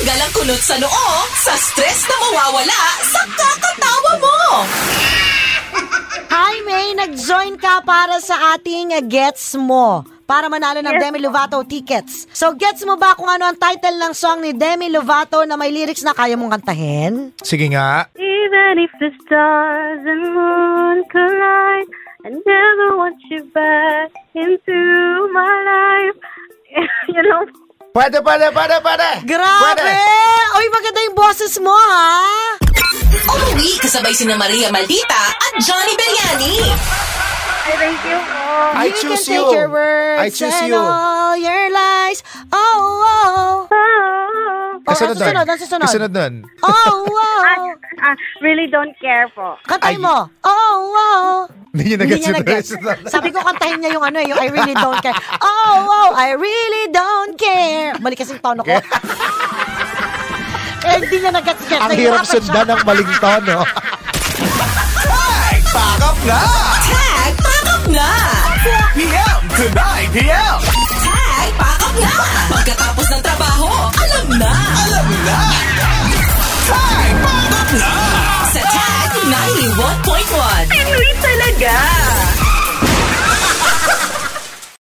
walang kunot sa noo sa stress na mawawala sa kakatawa mo. Hi, May! Nag-join ka para sa ating uh, Gets Mo para manalo ng Yes, Demi Lovato tickets. So, gets mo ba kung ano ang title ng song ni Demi Lovato na may lyrics na kaya mong kantahin? Sige nga. Even if the stars and moon collide, I never want you back into my life. you know, Pwede, pwede, pwede, pwede. Grabe! Pwede. Uy, maganda yung boses mo, ha? Umuwi kasabay sina Maria Maldita at Johnny Beliani. I thank you. Oh, you I choose can you. take your words I choose and you. all your lies. Oh, oh. oh, Oh, Kasunod ang susunod, ang susunod. Kasunod nun. Oh, oh. I, I really don't care po. Kantay Ay. mo. Oh, oh. Hindi niya Hindi nag-gets niya yung nag-gets. rest. Sabi ko kantahin niya yung ano eh, yung I really don't care. Oh, oh, I really don't care. Mali kasi yung tono ko. eh, hindi niya nag-gets. Jeff. Ang Nahihirapan hirap siya. sundan ng maling tono. Pakap na! Tag, pack up na! 4pm to 9pm! Tag, pack up na! Pagkatapos ng trabaho, alam na! Alam na! Tag, pack up na! Sa Tag 91.1. Pinoy talaga!